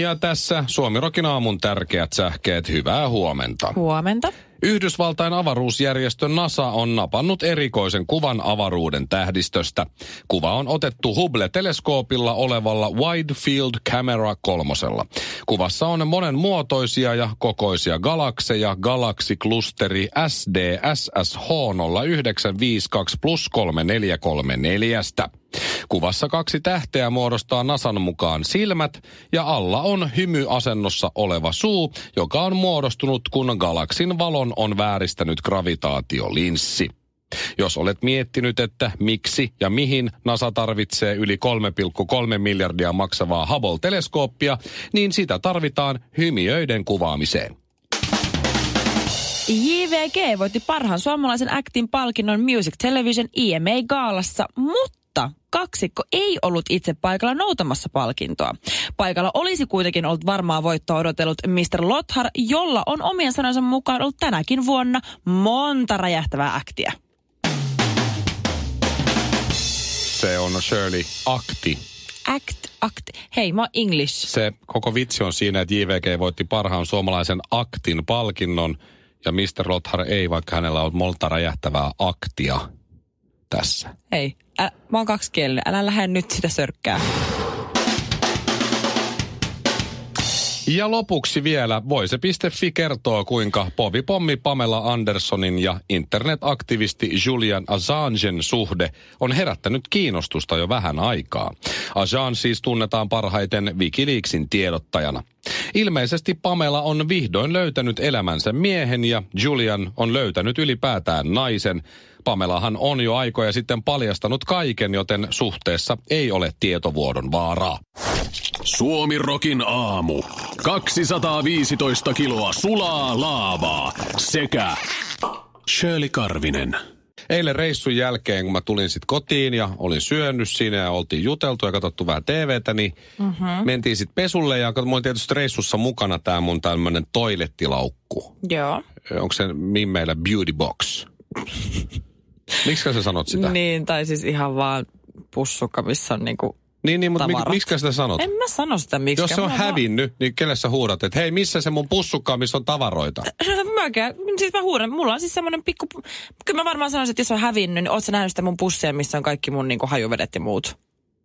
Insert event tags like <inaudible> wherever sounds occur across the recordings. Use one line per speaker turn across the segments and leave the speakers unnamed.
Ja tässä Suomirokin aamun tärkeät sähkeet. Hyvää huomenta.
Huomenta.
Yhdysvaltain avaruusjärjestö NASA on napannut erikoisen kuvan avaruuden tähdistöstä. Kuva on otettu Hubble-teleskoopilla olevalla Wide Field Camera kolmosella. Kuvassa on monen muotoisia ja kokoisia galakseja galaksiklusteri SDSSH0952 plus 3434. Kuvassa kaksi tähteä muodostaa Nasan mukaan silmät ja alla on hymyasennossa oleva suu, joka on muodostunut kun galaksin valon on vääristänyt gravitaatiolinssi. Jos olet miettinyt, että miksi ja mihin NASA tarvitsee yli 3,3 miljardia maksavaa Hubble-teleskooppia, niin sitä tarvitaan hymiöiden kuvaamiseen.
JVG voitti parhaan suomalaisen actin palkinnon Music Television IMA-gaalassa, mutta mutta kaksikko ei ollut itse paikalla noutamassa palkintoa. Paikalla olisi kuitenkin ollut varmaa voittoa odotellut Mr. Lothar, jolla on omien sanansa mukaan ollut tänäkin vuonna monta räjähtävää aktia.
Se on Shirley Akti.
Act, act. Hei, mä oon English.
Se koko vitsi on siinä, että JVG voitti parhaan suomalaisen aktin palkinnon ja Mr. Lothar ei, vaikka hänellä on monta räjähtävää aktia tässä.
Hei, ä, mä oon kaksikielinen. Älä lähde nyt sitä sörkkää.
Ja lopuksi vielä voise.fi kertoo, kuinka povipommi Pamela Andersonin ja internetaktivisti Julian Assangen suhde on herättänyt kiinnostusta jo vähän aikaa. Assange siis tunnetaan parhaiten Wikileaksin tiedottajana. Ilmeisesti Pamela on vihdoin löytänyt elämänsä miehen ja Julian on löytänyt ylipäätään naisen. Pamelahan on jo aikoja sitten paljastanut kaiken, joten suhteessa ei ole tietovuodon vaaraa.
Suomi Rokin aamu. 215 kiloa sulaa laavaa sekä Shirley Karvinen.
Eilen reissun jälkeen, kun mä tulin sitten kotiin ja olin syönyt siinä ja oltiin juteltu ja katsottu vähän TVtä, niin mm-hmm. mentiin sitten pesulle ja mulla oli tietysti reissussa mukana tämä mun tämmöinen toilettilaukku.
Joo.
Onko se meillä beauty box? <laughs> Miksi sä sanot sitä?
Niin, tai siis ihan vaan pussukka, missä on niinku
Niin, niin mutta mik,
Tavarat.
miksi sitä sanot?
En mä sano sitä miksi.
Jos se on
mä
hävinnyt, niin kelle sä huudat, että hei, missä se mun pussukka on, missä on tavaroita?
<laughs> Mä, käyn- siis mä huudan, mulla on siis semmonen pikku... Kyllä mä varmaan sanoisin, että jos on hävinnyt, niin oot sä nähnyt sitä mun pussia, missä on kaikki mun niinku, hajuvedet ja muut.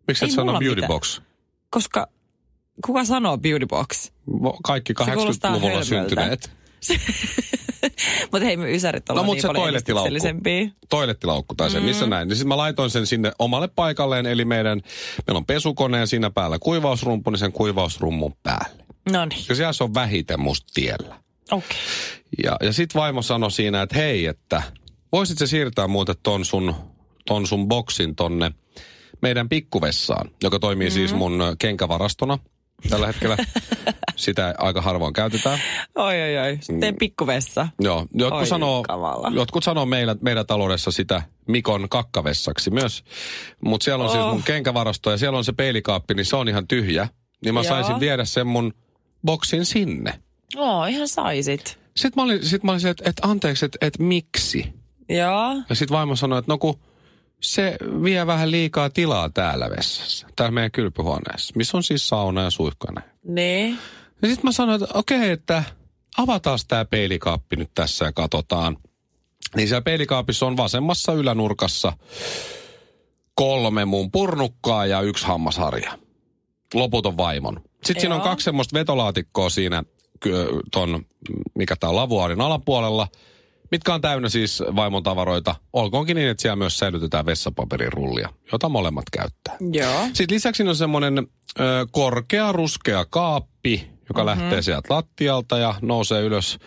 Miksi
Ei
et sano
mulla
beauty
mitään.
box?
Koska kuka sanoo beauty box? <laughs>
Vo- Kaikki
Se kuulostaa
80-luvulla
hölmöltä.
syntyneet.
Mutta hei, me ysärit ollaan
No, mut
niin
se
paljon
toilettilaukku.
edistyksellisempiä.
toilettilaukku tai se, mm. missä näin. Niin sitten mä laitoin sen sinne omalle paikalleen, eli meidän, meillä on pesukoneen siinä päällä kuivausrumpu, niin sen kuivausrummun päälle.
No niin,
Ja siellä se on vähiten musta tiellä.
okei. Okay.
Ja, ja sitten vaimo sanoi siinä, että hei, että voisit se siirtää muuten ton sun, ton sun boksin tonne meidän pikkuvessaan, joka toimii mm. siis mun ö, kenkävarastona tällä <laughs> hetkellä. Sitä aika harvoin käytetään.
Oi, oi, oi.
Mm.
Sitten pikkuvessa.
Joo, jotkut,
Oi,
sanoo,
kamala.
jotkut sanoo meillä, meidän taloudessa sitä Mikon kakkavessaksi myös. Mutta siellä on oh. siis mun
Oh.
kenkävarasto ja siellä on se peilikaappi, niin se on ihan tyhjä. Niin mä Joo.
Joo.
saisin viedä sen mun boksin sinne.
Oo, ihan saisit.
Sitten mä olin, sit mä olin se, että, että anteeksi, että, että miksi?
Joo.
Ja sitten vaimo sanoi, että no kun se vie vähän liikaa tilaa täällä vessassa, täällä meidän kylpyhuoneessa, missä on siis sauna ja suihkuone.
Niin.
Ja sitten mä sanoin, että okei, että avataan tämä peilikaappi nyt tässä ja katsotaan. Niin siellä peilikaapissa on vasemmassa ylänurkassa kolme mun purnukkaa ja yksi hammasharja. Loput on vaimon. Sitten Joo. siinä on
Joo.
kaksi semmoista vetolaatikkoa siinä ö, ton, mikä tää on, lavuaarin alapuolella, mitkä on täynnä siis vaimon tavaroita. Olkoonkin niin, että siellä myös säilytetään vessapaperirullia, jota molemmat käyttää.
Joo.
Sitten lisäksi siinä on semmoinen ö, korkea ruskea kaappi,
Mhm.
joka mm-hmm. lähtee sieltä lattialta ja nousee ylös.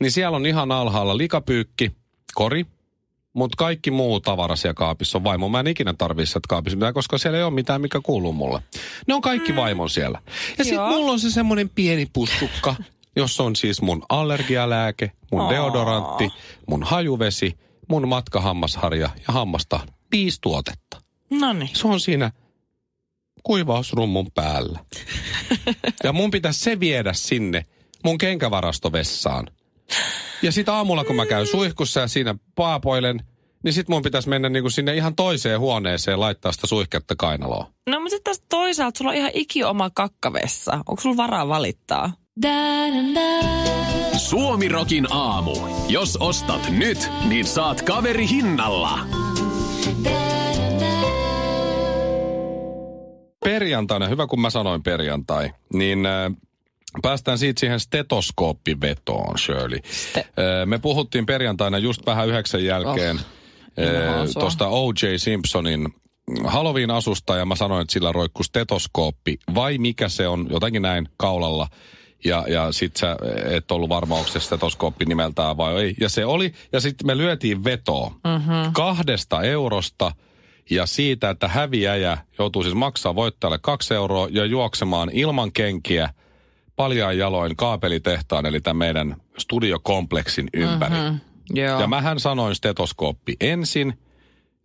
Niin siellä on ihan alhaalla likapyykki, kori, mutta kaikki muu tavara siellä kaapissa on vaimo. Mä en ikinä tarvii sieltä kaapissa mitään, koska siellä ei ole mitään, mikä kuuluu mulle. Ne on kaikki mm. vaimon siellä. Ja sitten
Joo.
mulla on se semmoinen pieni pussukka, jossa on siis mun allergialääke, mun
Aa.
deodorantti, mun hajuvesi, mun matkahammasharja ja hammastahna. Viisi tuotetta.
No niin.
Se on siinä kuivausrummun päällä. ja mun pitäisi se viedä sinne mun kenkävarastovessaan. Ja sit aamulla, kun mä käyn suihkussa ja siinä paapoilen, niin sit mun pitäisi mennä niinku sinne ihan toiseen huoneeseen laittaa sitä suihketta kainaloon.
No mutta sitten taas toisaalta sulla on ihan iki oma kakkavessa. Onko sulla varaa valittaa?
Suomirokin aamu. Jos ostat nyt, niin saat kaveri hinnalla.
perjantaina, hyvä kun mä sanoin perjantai, niin äh, päästään siitä siihen stetoskooppivetoon, Shirley. Ste- äh, me puhuttiin perjantaina just vähän yhdeksän jälkeen
inhoan
äh,
sua.
tuosta O.J. Simpsonin Halloween-asusta ja mä sanoin, että sillä roikkuu stetoskooppi vai mikä se on, jotenkin näin kaulalla. Ja, ja sit sä et ollut varma, onko se stetoskooppi nimeltään vai ei. Ja se oli, ja sitten me lyötiin vetoa mm-hmm. kahdesta eurosta ja siitä, että häviäjä joutuu siis maksaa voittajalle kaksi euroa ja juoksemaan ilman kenkiä paljaan jaloin kaapelitehtaan, eli tämän meidän studiokompleksin ympäri. Mm-hmm.
Joo.
Ja mähän sanoin stetoskooppi ensin,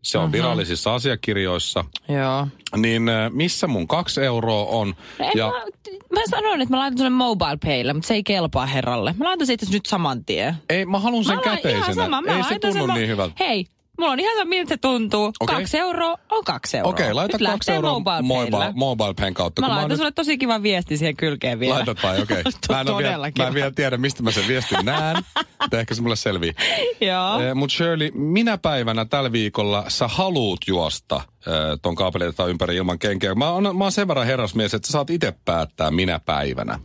se on mm-hmm. virallisissa asiakirjoissa,
Joo.
niin äh, missä mun kaksi euroa on?
No en
ja
mä, mä sanoin, että mä laitan sulle mobile paylle, mutta se ei kelpaa herralle. Mä laitan siitä nyt saman tien.
ei, mä haluan sen
mä laitan
käteisenä.
ihan sama. Mä
ei se
laitan
tunnu
sen, mä-
niin hyvältä.
Hei, mulla on ihan sama, miltä se tuntuu.
Okei.
Okay. Kaksi euroa on kaksi euroa.
Okei, okay, laita
nyt
kaksi
lähtee
euroa
mobile,
mobile,
paylla.
mobile payn kautta.
Mä
kun
laitan
oon
sulle tosi kiva viesti siihen kylkeen vielä.
Laitat vai,
<laughs>
okei. Mä, en oo vielä,
Todellakin.
mä en vielä tiedä, mistä mä sen viestin näen, mutta ehkä se mulle selvii.
<laughs> Joo.
Mutta Eh, Shirley, minä päivänä tällä viikolla sä haluut juosta eh, ton kaapeleita ympäri ilman kenkeä? Mä oon, mä oon sen verran herrasmies, että sä saat itse päättää minä päivänä.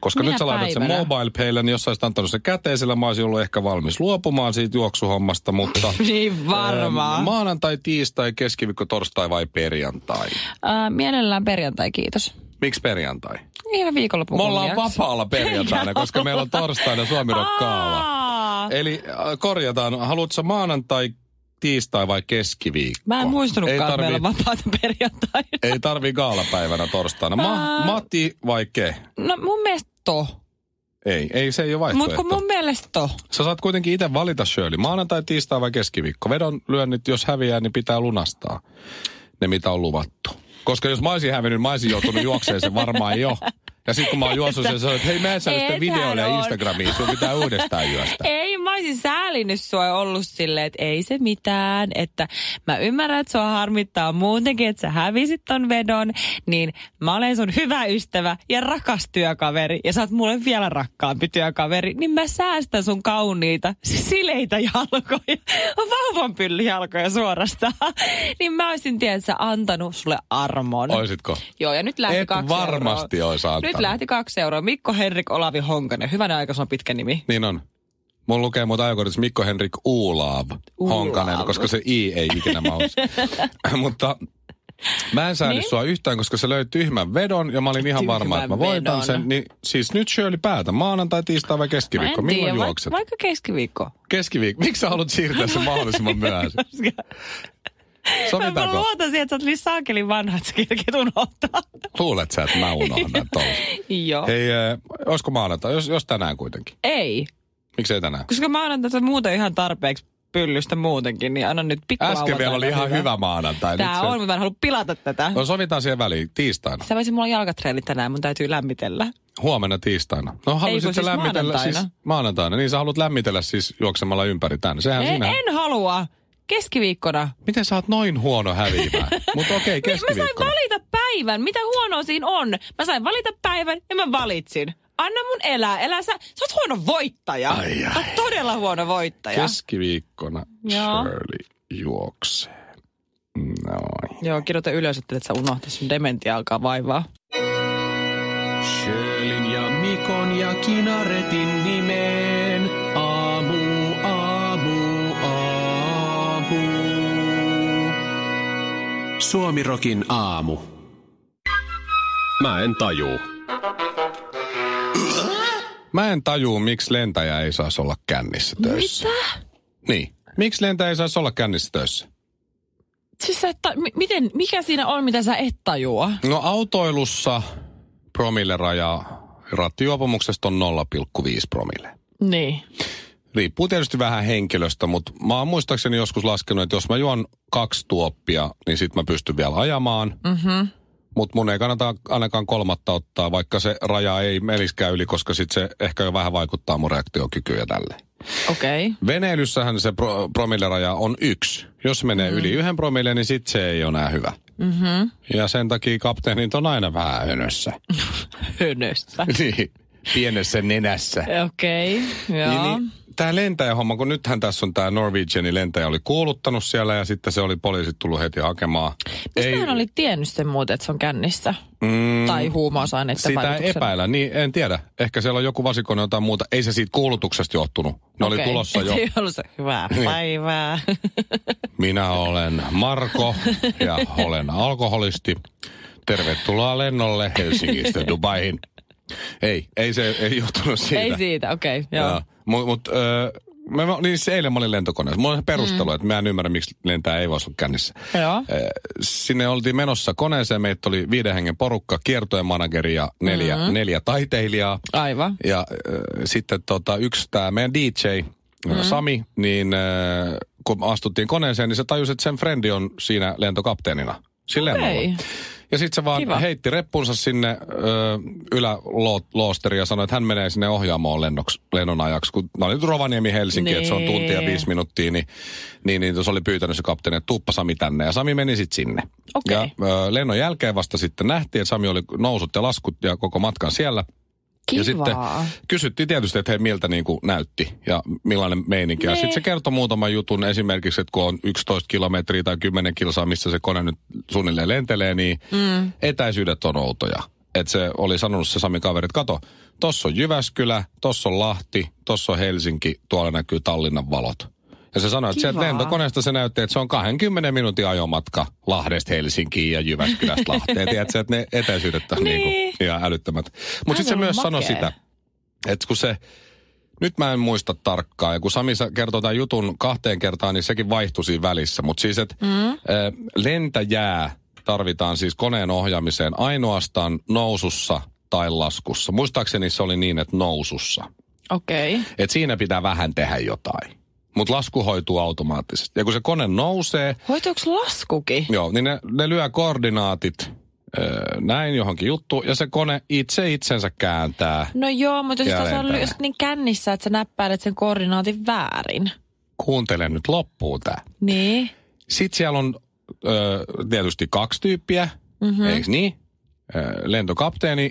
Koska
Minä
nyt sä laitat sen
päivänä?
mobile paylle, niin jos sä olisit antanut sen käteisellä, mä olisin ollut ehkä valmis luopumaan siitä juoksuhommasta,
<laughs>
mutta...
Niin varmaan.
eh, Maanantai, tiistai, keskiviikko, torstai vai perjantai?
Äh, mielellään perjantai, kiitos.
Miksi perjantai?
Ihan viikonloppu
Me ollaan
kunniaksi.
vapaalla perjantaina,
Eikä
koska meillä on
olla.
torstaina Suomirokkaala.
Aa!
Eli äh, korjataan, haluatko maanantai, tiistai vai keskiviikko?
Mä en
ei
muistunutkaan, että
tarvi,
meillä on vapaata <laughs> perjantaina.
ei tarvi gaalapäivänä torstaina. Ma,
Ää.
Matti vai ke?
No mun mielestä to.
Ei, ei se ei ole
Mut
vaihtoehto.
kun mun mielestä to.
Sä saat kuitenkin itse valita Shirley, maanantai, tiistai vai keskiviikko. Vedon lyönnit, jos häviää, niin pitää lunastaa ne, mitä on luvattu. Koska jos mä olisin hävinnyt, mä olisin joutunut juokseen sen varmaan jo. Ja sitten kun mä oon juossut sen, sanoin, että hei mä en saa sitä
Ethän
videolle ja
on.
Instagramiin, sun pitää uudestaan juosta.
Ei, mä olisin säälinyt sua ja ollut silleen, että ei se mitään. Että mä ymmärrän, että sua harmittaa muutenkin, että sä hävisit ton vedon. Niin mä olen sun hyvä ystävä ja rakas työkaveri. Ja sä oot mulle vielä rakkaampi työkaveri. Niin mä säästän sun kauniita sileitä jalkoja. <laughs> Vauvan pyllijalkoja suorastaan. niin mä olisin, tiedätkö, antanut sulle armon.
Oisitko?
Joo, ja nyt lähti
Et
kaksi
varmasti
euroa.
ois antanut.
Nyt lähti kaksi euroa. Mikko Henrik Olavi Honkanen. Hyvänä aika, se on pitkä nimi.
Niin on. Mulla lukee muuta ajokortissa Mikko Henrik Uulaav
Uulaav.
Honkanen, koska se I ei ikinä maus.
<laughs>
Mutta mä en säädy
Niin?
sua yhtään, koska se löi tyhmän vedon ja mä olin ihan
Tyhmän
varma, että mä voitan
vedon.
sen. Niin, siis nyt Shirley päätä, maanantai, tiistai vai keskiviikko?
Mä en
Milloin
tiedä, vaik-
juokset?
Vaikka
<laughs>
keskiviikko.
Keskiviikko. Miksi sä haluat siirtää sen
<laughs>
mahdollisimman myöhäisen?
Mä
Sovitaanko?
luotan siihen, että sä oot niin saakelin vanha, että sä kerket unohtaa.
Luulet sä, että mä unohdan
<laughs>
tuolla.
Joo.
Hei, äh, olisiko maanantai? Jos, jos tänään kuitenkin.
Ei,
Miksei tänään?
koska mä annan tätä muuten ihan tarpeeksi pyllystä muutenkin, niin anna nyt pikku
Äsken vielä oli ihan hyvä maanantai.
Tää
nyt
on, mutta mä en halua pilata tätä.
No sovitaan siihen väliin tiistaina.
Sä voisit mulla on jalkatreeni tänään, mun täytyy lämmitellä.
Huomenna tiistaina. No haluaisit
kun
sä
siis
lämmitellä
maanantaina.
siis maanantaina. Niin sä haluat lämmitellä siis juoksemalla ympäri tänne. Sehän
En,
No sinä.
en halua. Keskiviikkona.
Miten sä oot noin huono
<laughs>
häviämään? Mutta okei,
Mi- Niin, Mä sain
keskiviikkona.
valita päivän. Mitä huonoa siinä on? Mä sain valita päivän ja mä valitsin. Anna mun elää. Elä sä. Sä oot huono voittaja.
Ai, ai.
Sä oot todella huono voittaja.
Keskiviikkona
Joo.
Shirley juoksee. Noin.
Joo, kirjoita ylös, että et sä unohtaa sun dementia alkaa vaivaa.
Sjölin ja Mikon ja Kinaretin nimeen. Aamu, aamu, aamu. Suomirokin aamu. Mä en tajuu.
Mä en tajuu, miksi lentäjä ei saisi olla kännissä töissä.
Mitä?
Niin. Miksi lentäjä ei saisi olla kännissä töissä?
Siis sä et ta- mi- miten, mikä siinä on, mitä sä et tajua?
No autoilussa promille rajaa rattijuopumuksesta on 0,5 promille.
Niin.
Riippuu tietysti vähän henkilöstä, mutta mä oon muistaakseni joskus laskenut, että jos mä juon kaksi tuoppia, niin sit mä pystyn vielä ajamaan. Mm-hmm. Mutta mun ei kannata ainakaan kolmatta ottaa, vaikka se raja ei meniskään yli, koska sit se ehkä jo vähän vaikuttaa mun reaktiokykyyn ja tälleen.
Okei. Okay.
Veneilyssähän se pro, promilleraja on yksi. Jos menee mm-hmm. yli yhden promille, niin sit se ei ole enää hyvä.
Mhm.
Ja sen takia kapteenit on aina vähän <laughs> hönössä.
Hönössä.
niin, pienessä nenässä.
<laughs> Okei, okay. joo.
Niin, niin, tämä lentäjähomma, kun nythän tässä on tämä Norwegianin lentäjä oli kuuluttanut siellä ja sitten se oli poliisit tullut heti hakemaan.
Mistä hän oli tiennyt sen muuten, että se on kännissä? Mm, tai huumausaineiden
Sitä
vaikutuksena?
epäillä, niin en tiedä. Ehkä siellä on joku vasikone jotain muuta. Ei se siitä kuulutuksesta johtunut. Ne oli
Okei.
tulossa
<laughs>
jo. Niin.
Ei ollut se hyvää päivää. <laughs>
Minä olen Marko ja olen alkoholisti. Tervetuloa lennolle Helsingistä Dubaihin. Ei, ei se ei johtunut siitä.
Ei siitä, okei, okay, joo.
Mutta mut, öö, mä, mä- niin siis eilen mä olin lentokoneessa. Mulla on se perustelu, mm. että mä en ymmärrä, miksi lentää ei voisi olla kännissä.
Joo.
Ö, Sinne oltiin menossa koneeseen. Meitä oli viiden hengen porukka, kiertojen manageri ja neljä, mm-hmm. neljä taiteilijaa.
Aivan.
Ja äh, sitten tota, yksi tämä meidän DJ,
Mm-hmm.
mm. Sami, niin äh, kun astuttiin koneeseen, niin se tajusi, että sen frendi on siinä lentokapteenina. Silleen
Okei.
okay. Ja sitten se vaan
Kiva.
Kiva. heitti reppunsa sinne äh, yläloosteriin ja sanoi, että hän menee sinne ohjaamoon lennoksi, lennon ajaksi. Kun mä olin nyt Rovaniemi Helsinki,
Niin.
että se on tunti ja viisi minuuttia, niin, niin, niin se oli pyytänyt se kapteeni, että tuuppa Sami tänne. Ja Sami meni sitten sinne.
Okei.
Ja ö, lennon jälkeen vasta sitten nähtiin, että Sami oli nousut ja laskut ja koko matkan siellä.
Kivaa.
Ja sitten kysyttiin tietysti, että hei, miltä niin kuin näytti ja millainen meininki. Ja
Nee.
sitten se kertoi muutaman jutun esimerkiksi, että kun on 11 kilometriä tai 10 kilsaa, missä se kone nyt suunnilleen lentelee, niin mm. etäisyydet on outoja. Että se oli sanonut se Sami kaveri, että kato, tossa on Jyväskylä, tossa on Lahti, tossa on Helsinki, tuolla näkyy Tallinnan valot. Ja se sanoi, että sieltä
Kivaa.
lentokoneesta se näytti, että se on 20 minuutin ajomatka Lahdesta Helsinkiin ja Jyväskylästä Lahteen. Tiedätkö, että ne etäisyydet on niin.
Niin.
Niin ihan älyttömät. Mutta
Aivan
sitten se myös sanoi
makea.
sitä, että kun se, nyt mä en muista tarkkaan, ja kun Sami sa- kertoi tämän jutun kahteen kertaan, niin sekin vaihtui siinä välissä. Mutta siis, että mm. lentäjää tarvitaan siis koneen ohjaamiseen ainoastaan nousussa tai laskussa. Muistaakseni se oli niin, että nousussa.
Okei. Okay.
Että siinä pitää vähän tehdä jotain. Mutta lasku hoituu automaattisesti. Ja kun se kone nousee,
Hoituuko laskukin?
Joo, niin ne, ne lyö koordinaatit öö, näin johonkin juttu ja se kone itse itsensä kääntää.
No joo, mutta jos
Ja
tässä on
lentää.
just niin kännissä, että sä näppäilet sen koordinaatin väärin.
Kuuntele nyt loppuun tää.
Niin.
Sitten siellä on öö, tietysti kaksi tyyppiä, mm-hmm. eikö niin? Öö, lentokapteeni,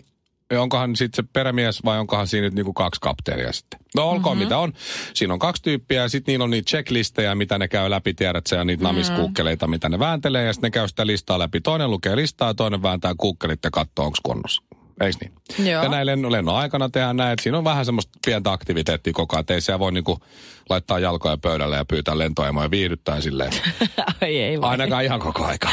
ja onkohan sitten se perämies vai onkohan siinä nyt niinku kaksi kapteenia sitten? No olkoon mm-hmm. mitä on. Siinä on kaksi tyyppiä ja sitten niillä on niitä checklistejä, mitä ne käy läpi, tiedät sä, ja niitä mm-hmm. namiskuukkeleita, mitä ne vääntelee ja sitten ne käy sitä listaa läpi. Toinen lukee listaa ja toinen vääntää kuukkelit ja katsoo, onko kunnossa. Eikö niin?
Joo.
Ja näin lennon, lennon aikana tehdään näin, että siinä on vähän semmoista pientä aktiviteettia koko ajan. Että ei siellä voi niinku laittaa jalkoja pöydälle ja pyytää lentoemoja viihdyttää silleen.
<laughs> Ai ei voi.
Ainakaan ihan koko
<laughs>
aika.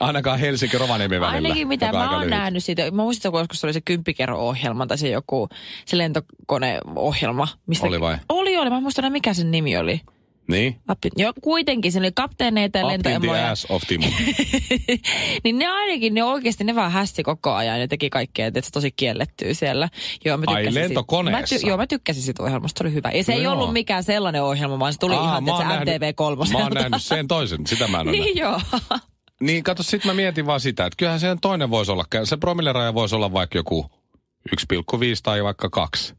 Ainakaan Helsinki-Rovaniemi välillä.
Ainakin mitä
joka on
mä
aika
oon
lyhyt.
nähnyt siitä. Mä muistan, kun joskus oli se kymppikerro-ohjelma tai se joku se lentokoneohjelma. Mistä
Oli vai?
Oli, oli. Mä en muista enää, mikä sen nimi oli.
Niin?
Appi. Joo, kuitenkin. Se oli kapteeneita ja
Up in the
lentoemoja.
ass of Timo.
Niin ne ainakin, ne oikeasti, ne vaan hässi koko ajan ja teki kaikkea, että se tosi kiellettyy siellä. Joo, mä
Ai,
tykkäsin siitä.
lentokoneessa?
Mä joo, mä tykkäsin siitä ohjelmasta, se oli hyvä. Ja se no ei
Joo.
ollut mikään sellainen ohjelma, vaan se tuli
Aa,
ihan
Ah, mä oon
se
nähnyt-
MTV3.
Mä oon
<laughs>
nähnyt sen toisen, sitä mä en ole nähnyt.
Niin
<laughs>
joo.
Niin, kato, sit mä mietin vaan sitä, että kyllähän sen toinen voisi olla, se promilleraja voisi olla vaikka joku 1,5 tai vaikka 2.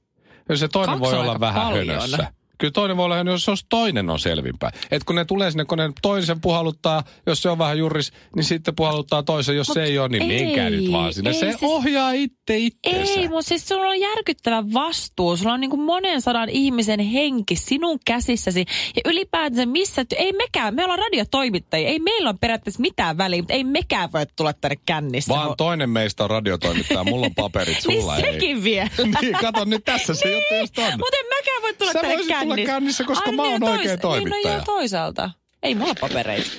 Ja se toinen
Kaksi
voi
on
olla
aika
vähän
paljon.
hönössä. Kyllä toinen voi olla hönössä, jos se olisi toinen on selvimpää. Et kun ne tulee sinne, kun ne toisen puhaluttaa, jos se on vähän juris, niin sitten puhaluttaa toisen, jos Mut se ei ole, niin
ei,
menkää nyt vaan sinne.
ei
se
siis-
siis... ohjaa itse itteensä.
Ei, mutta siis sulla on järkyttävä vastuu. Sulla on niin kuin monen sadan ihmisen henki sinun käsissäsi. Ja ylipäätänsä missä, ty- ei mekään, me ollaan radiotoimittajia. Ei meillä on periaatteessa mitään väliä, mutta ei mekään voi tulla tänne kännissä.
Vaan toinen meistä on radiotoimittaja, mulla on paperit, sulla
<laughs> niin
ei.
sekin vielä.
niin, kato nyt tässä se juttu just on.
Mutta en mäkään voi tulla
Sä
tänne
voisit tulla kännissä, koska
Ai
mä oon
niin,
oikea
Niin, no
toimittaja.
joo, toisaalta. Ei mulla papereita.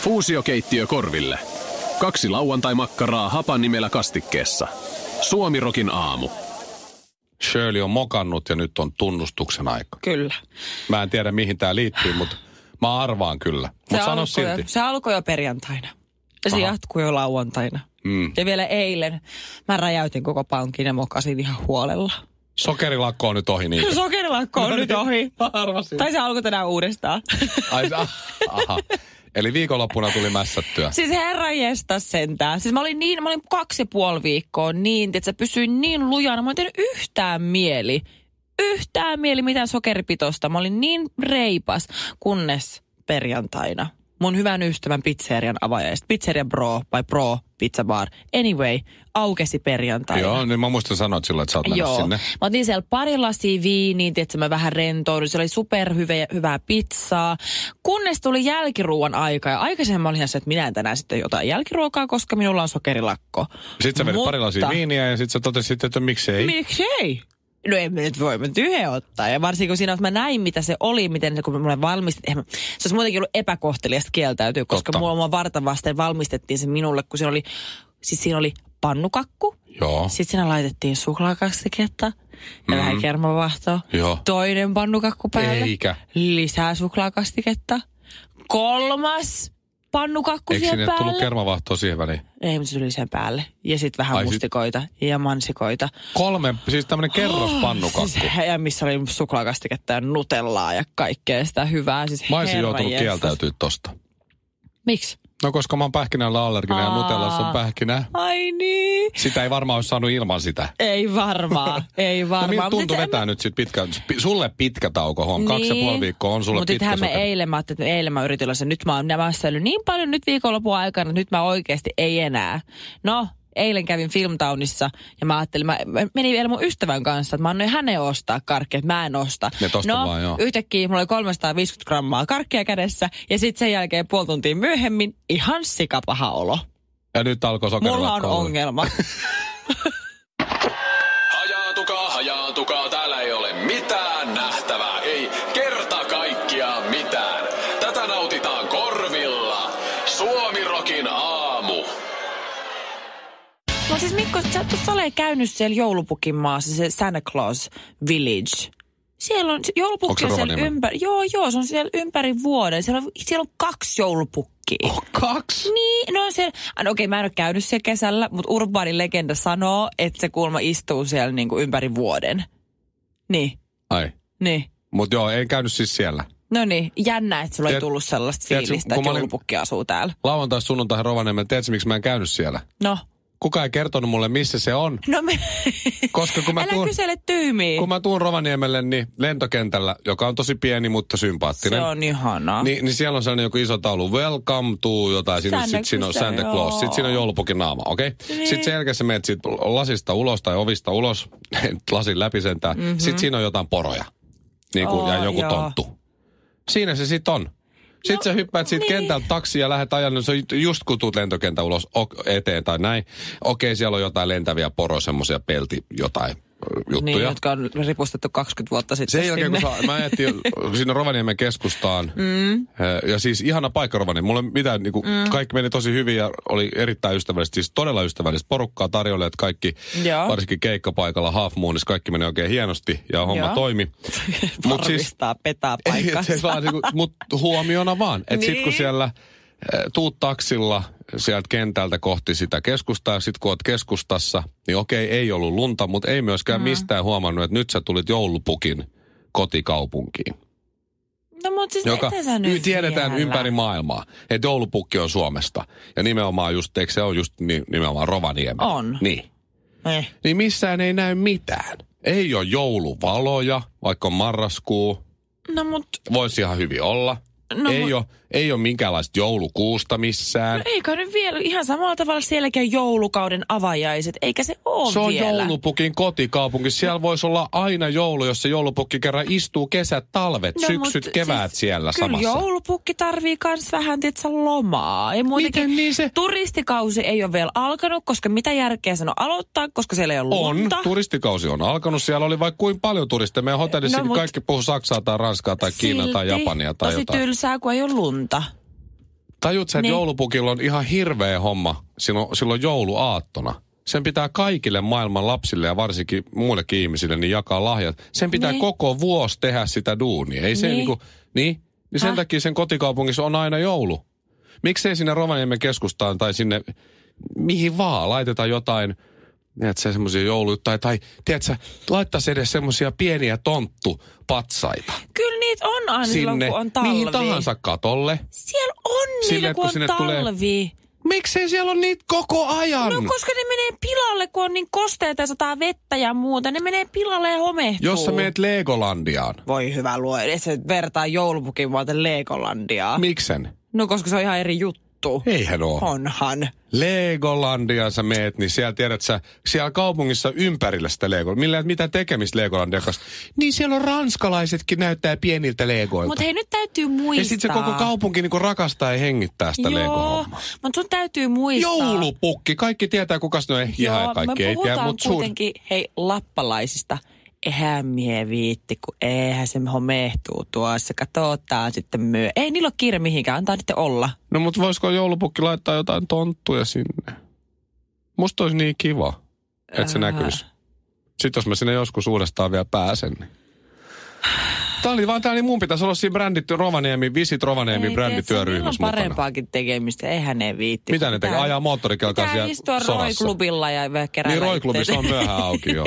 Fuusiokeittiö korville. Kaksi lauantai-makkaraa hapan nimellä kastikkeessa. Suomirokin aamu.
Shirley on mokannut ja nyt on tunnustuksen aika.
Kyllä.
Mä en tiedä, mihin tämä liittyy, mutta mä arvaan kyllä.
Se,
Mutta sano
alkoi jo,
silti.
se alkoi jo perjantaina. Ja se
Aha.
jatkuu jo lauantaina. Mm. Ja vielä eilen mä räjäytin koko pankin ja mokasin
<laughs>
ihan huolella.
Sokerilakko on nyt ohi niin.
Sokerilakko on nyt ohi.
Arvasin.
Tai se alkoi tänään uudestaan. <laughs>
Ai, se- ah, aha. Eli viikonloppuna tuli mässättyä.
Siis herra jestas sentään. Siis mä olin, niin, mä olin kaksi ja puoli viikkoa niin, että sä pysyin niin lujana. Mä en tehnyt yhtään mieli. Yhtään mieli mitään sokeripitosta. Mä olin niin reipas, kunnes perjantaina mun hyvän ystävän pizzerian avajaista. Pizzeria Bro vai Pro Pizza Bar. Anyway, aukesi perjantaina.
Joo, niin mä muistan sanoa silloin, että sä oot mennyt
Joo.
sinne.
Mä otin siellä pari lasia viiniin, tietysti mä vähän rentouduin. Se oli superhyvää hyvää pizzaa. Kunnes tuli jälkiruuan aika. Ja aikaisemmin mä olin ihan se, että minä en tänään sitten jotain jälkiruokaa, koska minulla on sokerilakko.
Sitten sä vedit
Mutta-
pari lasia viiniä ja sitten sä totesit, että miksei.
Miksei? No en mä nyt voi, mä nyt yhden ottaa. Ja varsinkin kun siinä, että mä näin, mitä se oli, miten se, kun mulle valmistettiin. eihän mä- Se olisi muutenkin ollut epäkohteliasta kieltäytyä, koska
Totta.
mulla mua varta vasten valmistettiin se minulle, kun siinä oli, siis siinä oli pannukakku,
Joo.
sitten siinä laitettiin suklaakastiketta ja mm. vähän kermavahtoa.
Mm-hmm. Joo.
Toinen pannukakku päälle.
Eikä.
Lisää suklaakastiketta. Kolmas pannukakku
Eikö
siihen
sinne tullut
päälle.
kermavahtoa siihen väliin?
Ei, mutta se tuli sen päälle. Ja sitten vähän
Ai,
Ai
sit-
mustikoita ja mansikoita.
Kolme, siis tämmönen kerrospannukakku.
Siis, ja missä oli suklaakastiketta ja nutellaa ja kaikkea sitä hyvää. Siis
Mä olisin
herran
joutunut
jestas.
kieltäytyä tosta.
Miksi?
No koska mä oon pähkinällä allerginen ja
Aa.
nutellassa on pähkinä.
Ai niin.
Sitä ei varmaan olisi saanut ilman sitä.
Ei varmaan,
<laughs>
ei
No
varmaan.
miltä
Mut
tuntui
et-
vetää nyt sit pitkä, pi- sulle pitkä tauko, huom. Kaksi ja
Niin.
puoli viikkoa on sulle
Mutta
pitkä
nythän me
sokeri.
eilen, mä ajattelin, että eilen mä yritin olla se, nyt mä oon nämässäillyt niin paljon nyt viikonlopun aikana, että nyt mä oikeasti ei enää. No, eilen kävin Filmtownissa ja mä ajattelin, mä mä menin vielä mun ystävän kanssa, että mä annoin hänen ostaa karkkeja, mä en osta.
Ne tosta
no,
Niin, vaan, joo.
yhtäkkiä mulla oli 350 grammaa karkkia kädessä ja sitten sen jälkeen puoli tuntia myöhemmin ihan sikapaha olo.
Ja nyt alkoi sokerilakko.
Mulla on ongelma.
<laughs>
Hajaatukaa, hajaatukaa, täällä ei ole mitään nähtävää, ei kerta kaikkiaan mitään. Tätä nautitaan korvilla. Suomirokin aamu.
Mutta siis Mikko, sä et ole käynyt siellä joulupukin maassa, se Santa Claus Village. Siellä on, se joulupukki
Onko
on
se
siellä
Rovaniemellä?
ympäri, joo joo, se on siellä ympäri vuoden. Siellä on, siellä on kaksi joulupukkia.
Oh, kaksi?
Niin, no on siellä, ah, no okei mä en ole käynyt siellä kesällä, mutta urbaani legenda sanoo, että se kuulma istuu siellä niinku ympäri vuoden. Niin,
Ai.
niin.
Mut joo, en käynyt siis siellä.
No niin, jännä, että sulla ei
Tiedät-
tullut sellaista
tiedätkö,
fiilistä,
kun mä
että
olin-
joulupukki asuu täällä.
Lauantai, sunnuntai, Rovaniemellä. Tiedätkö, miksi mä en käynyt siellä?
No,
Kuka ei kertonut mulle, missä se on.
no me...
Koska kun mä
Älä
tuun-
kysele tyymiin.
Kun mä tuun Rovaniemelle, niin lentokentällä, joka on tosi pieni, mutta
Se
sympaattinen.
on ihanaa.
Niin, niin siellä on sellainen joku iso taulu, welcome to jotain, siinä,
Santa-
sit siinä on
Santa-
Santa Claus,
joo.
sitten siinä on joulupukin naama, okei? Okay?
Niin.
Sitten sen jälkeen sä menet sit lasista ulos tai ovista ulos, <laughs> lasin läpi sentään, mm-hmm. sitten siinä on jotain poroja niin kuin, ja
Oo,
joku
Mhm. Oh, joo.
tonttu. Siinä se sitten on. Sitten no, sä hyppäät siitä
niin.
niin. kentältä taksiin ja lähdet ajan, niin se on just kun tuut lentokentän ulos ok, eteen tai näin. Okei, siellä on jotain lentäviä poroja, semmoisia pelti jotain ö, juttuja.
Niin, jotka on ripustettu 20 vuotta sitten
Sen jälkeen,
sinne.
kun sä, mä ajettiin sinne Rovaniemen keskustaan, mm. ja siis ihana paikka Rovaniemi. Mulla ei mitään, niin kuin, mm. kaikki meni tosi hyvin ja oli erittäin ystävällistä, siis todella ystävällistä porukkaa tarjolle, että kaikki,
Joo.
varsinkin keikkapaikalla Half Moonissa, kaikki meni oikein hienosti ja homma
Joo. <laughs>
toimi. Mut siis-
Varmistaa, petaa
<laughs>
paikkansa.
Mutta niinku, huomiona vaan, että sit kun
Niin.
siellä äh, tuut taksilla sieltä kentältä kohti sitä keskustaa, ja sit kun oot keskustassa, niin okei, ei ollut lunta, mutta ei myöskään mm. mistään huomannut, että nyt sä tulit joulupukin kotikaupunkiin
No mut siis
joka
ette sä nyt
tiedetään
vielä.
ympäri maailmaa, että joulupukki on Suomesta. Ja nimenomaan just, eikö se on just ni- nimenomaan Rovaniemi?
On.
Niin.
Eh.
Niin missään ei näy mitään. Ei ole jouluvaloja, vaikka on marraskuu.
No mut
Voisi ihan hyvin olla.
No,
ei,
mu-
ole, ei ole minkäänlaista joulukuusta missään.
eikö nyt vielä ihan samalla tavalla sielläkin joulukauden avajaiset, eikä se oo
se on
vielä.
joulupukin kotikaupunki. Siellä voisi olla aina joulu, jos se joulupukki kerran istuu kesät, talvet,
No, mut
syksyt, keväät
siis,
siellä
kyllä
samassa.
joulupukki tarvii kans vähän tietysti lomaa. Ei muutenkin,
Miten niin se-
Turistikausi ei ole vielä alkanut, koska mitä järkeä sanoa aloittaa, koska siellä ei ole
On,
lunta.
turistikausi on alkanut. Siellä oli vaikka kuin paljon turisteja. Meidän hotellissakin
No,
no,
mut-
kaikki puhuu Saksaa tai Ranskaa tai Kiinaa tai
Silti
Japania tai
tosi
jotain.
tylsää, kun ei ole lunta.
Tajut sä, että
Niin.
joulupukilla on ihan hirveä homma silloin, silloin jouluaattona. Sen pitää kaikille maailman lapsille ja varsinkin muillekin ihmisille niin jakaa lahjat. Sen pitää
Niin.
koko vuosi tehdä sitä duunia. Ei se
Niin.
niin. niinku, niin? Niin sen
Häh?
takia sen kotikaupungissa on aina joulu. Miksei sinne Rovaniemen keskustaan tai sinne mihin vaan laitetaan jotain, tiedätkö, semmoisia jouluja, tai, tai tiedätkö, laittaisi edes semmoisia pieniä tonttupatsaita
Kyllä niitä on aina silloin,
sinne,
kun on talvi.
mihin tahansa katolle.
Siellä on
Sille,
niillä,
että
kun
kun
on
sinne tulee-
talvi.
Miksei siellä ole niitä koko ajan?
No koska ne menee pilalle, kun on niin kosteita ja sataa vettä ja muuta. Ne menee pilalle ja homehtuu.
Jos sä meet Legolandiaan,
Voi hyvä luo, edes se vertaa joulupukin vuoteen Legolandiaa.
miksen?
No koska se on ihan eri juttu.
Eihän oo.
Onhan.
Legolandiaan sä meet, niin siellä tiedät sä, siellä kaupungissa ympärillä sitä Lego, millä ei ole mitään tekemistä Legolandian kanssa. Niin siellä on ranskalaisetkin näyttää pieniltä Legoilta.
Mutta hei, nyt täytyy muistaa.
ja sitten se koko kaupunki niinku rakastaa ja hengittää sitä
Joo,
Lego.
mutta sun täytyy muistaa.
Joulupukki, kaikki tietää kuka sinne on ja
Joo,
kaikki
me
ei tiedä,
puhutaan
mutta sun.
kuitenkin, hei, lappalaisista. Eihän mie viitti, kun eihän se homehtuu tuossa. Katsotaan sitten myö. Ei niillä ole kiire mihinkään, antaa niiden olla.
No mutta voisiko joulupukki laittaa jotain tonttuja sinne? Musta olisi niin kiva, että se
Ää.
näkyisi. Sitten jos mä sinne joskus uudestaan vielä pääsen, niin... Tämä oli vaan, tää oli mun pitäisi olla siinä bränditty Rovaniemi, Visit Rovaniemi
Ei, tiedätkö,
brändityöryhmässä
niillä
mukana.
on parempaakin tekemistä, eihän ne viitti.
Mitä ne tekee?
Pitää-
Ajaa moottorikelkaa
Pitää
siellä
istua
sodassa.
roiklubilla ja keräillä
Niin Roiklubissa on
itteensä.
myöhään auki,
<laughs>
joo.